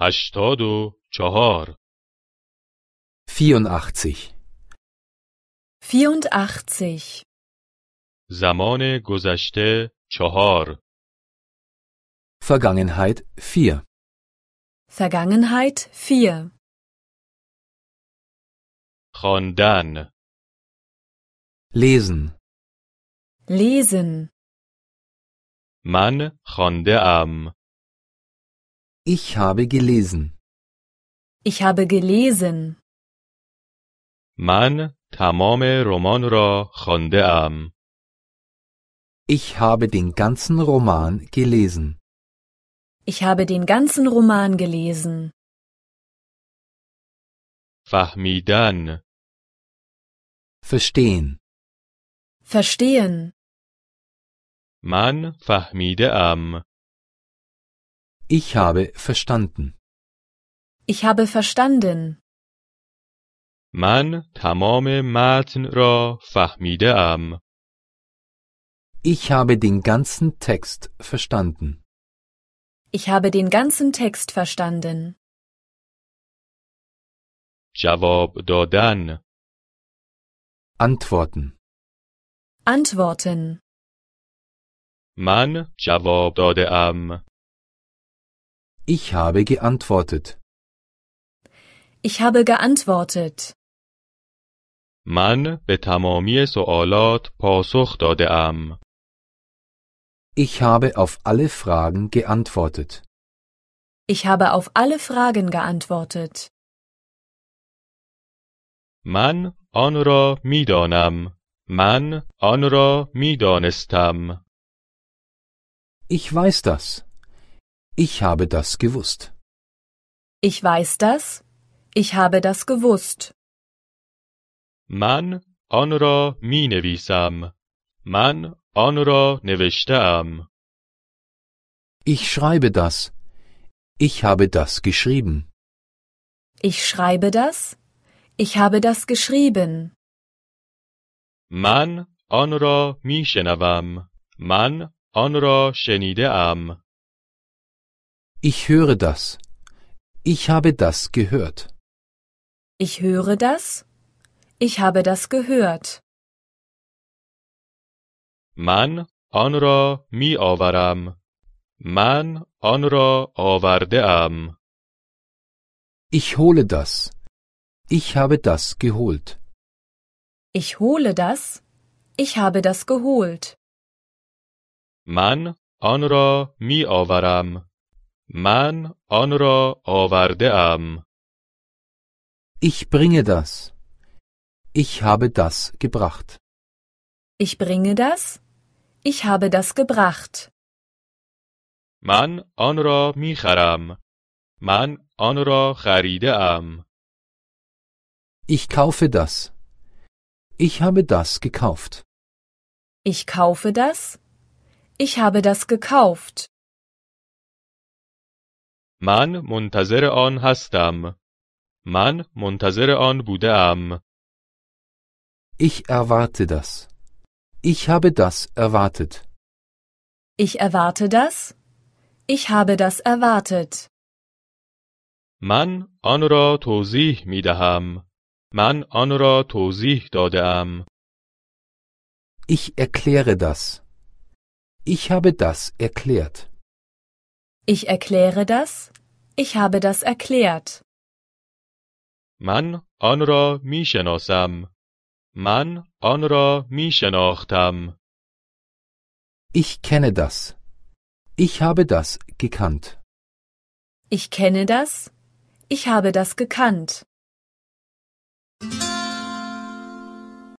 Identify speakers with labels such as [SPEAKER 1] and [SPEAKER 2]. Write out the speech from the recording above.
[SPEAKER 1] هشتاد و چهار
[SPEAKER 2] 84.
[SPEAKER 3] 84.
[SPEAKER 1] زمان گذشته چهار
[SPEAKER 2] Vergangenheit 4.
[SPEAKER 3] Vergangenheit 4.
[SPEAKER 1] خواندن
[SPEAKER 2] Lesen.
[SPEAKER 3] Lesen.
[SPEAKER 1] من خانده ام
[SPEAKER 2] Ich habe gelesen.
[SPEAKER 3] Ich habe gelesen.
[SPEAKER 1] من تمام رمان را خانده ام
[SPEAKER 2] Ich habe den ganzen Roman gelesen.
[SPEAKER 3] Ich habe den ganzen Roman gelesen.
[SPEAKER 1] فهمیدن
[SPEAKER 2] Verstehen.
[SPEAKER 3] Verstehen.
[SPEAKER 1] من فهمیده ام
[SPEAKER 2] Ich habe verstanden.
[SPEAKER 3] Ich habe verstanden.
[SPEAKER 1] من تمام متن را فهمیده ام
[SPEAKER 2] Ich habe den ganzen Text verstanden.
[SPEAKER 3] Ich habe den ganzen Text verstanden.
[SPEAKER 1] جواب دادن
[SPEAKER 2] Antworten.
[SPEAKER 3] Antworten.
[SPEAKER 1] من جواب داده ام
[SPEAKER 2] Ich habe geantwortet.
[SPEAKER 3] Ich habe geantwortet.
[SPEAKER 1] من به تمامی سوالات پاسخ داده ام
[SPEAKER 2] Ich habe auf alle Fragen geantwortet.
[SPEAKER 3] Ich habe auf alle Fragen geantwortet.
[SPEAKER 1] من آن را میدانم. من آن را میدانستم.
[SPEAKER 2] Ich weiß das. Ich habe das gewusst.
[SPEAKER 3] Ich weiß das. Ich habe das gewusst.
[SPEAKER 1] من آن را می نویسم. من آن را نوشتم.
[SPEAKER 2] Ich schreibe das. Ich habe das geschrieben.
[SPEAKER 3] Ich schreibe das. Ich habe das geschrieben.
[SPEAKER 1] من آن را می شنوم. من آن را شنیده ام.
[SPEAKER 2] Ich höre das. Ich habe das gehört.
[SPEAKER 3] Ich höre das. Ich habe das gehört.
[SPEAKER 1] من آن را می آورم. من آن را آورده ام.
[SPEAKER 2] Ich hole das. Ich habe das geholt.
[SPEAKER 3] Ich hole das. Ich habe das geholt.
[SPEAKER 1] من آن را می آورم. من آن را آورده ام.
[SPEAKER 2] Ich bringe das. Ich habe das gebracht.
[SPEAKER 3] Ich bringe das. Ich habe das gebracht.
[SPEAKER 1] من آن را می خرم. من آن را خریده ام.
[SPEAKER 2] Ich kaufe das. Ich habe das gekauft.
[SPEAKER 3] Ich kaufe das. Ich habe das gekauft.
[SPEAKER 1] من منتظر آن هستم. من منتظر آن بوده ام.
[SPEAKER 2] Ich erwarte das. Ich habe das erwartet.
[SPEAKER 3] Ich erwarte das. Ich habe das erwartet.
[SPEAKER 1] من آن را توضیح می دهم. من آن را توضیح داده ام.
[SPEAKER 2] Ich erkläre das. Ich habe das erklärt.
[SPEAKER 3] Ich erkläre das. Ich habe das erklärt.
[SPEAKER 1] من آن را می شناسم. من آن را می شناختم.
[SPEAKER 2] Ich kenne das. Ich habe das gekannt.
[SPEAKER 3] Ich kenne das. Ich habe das gekannt.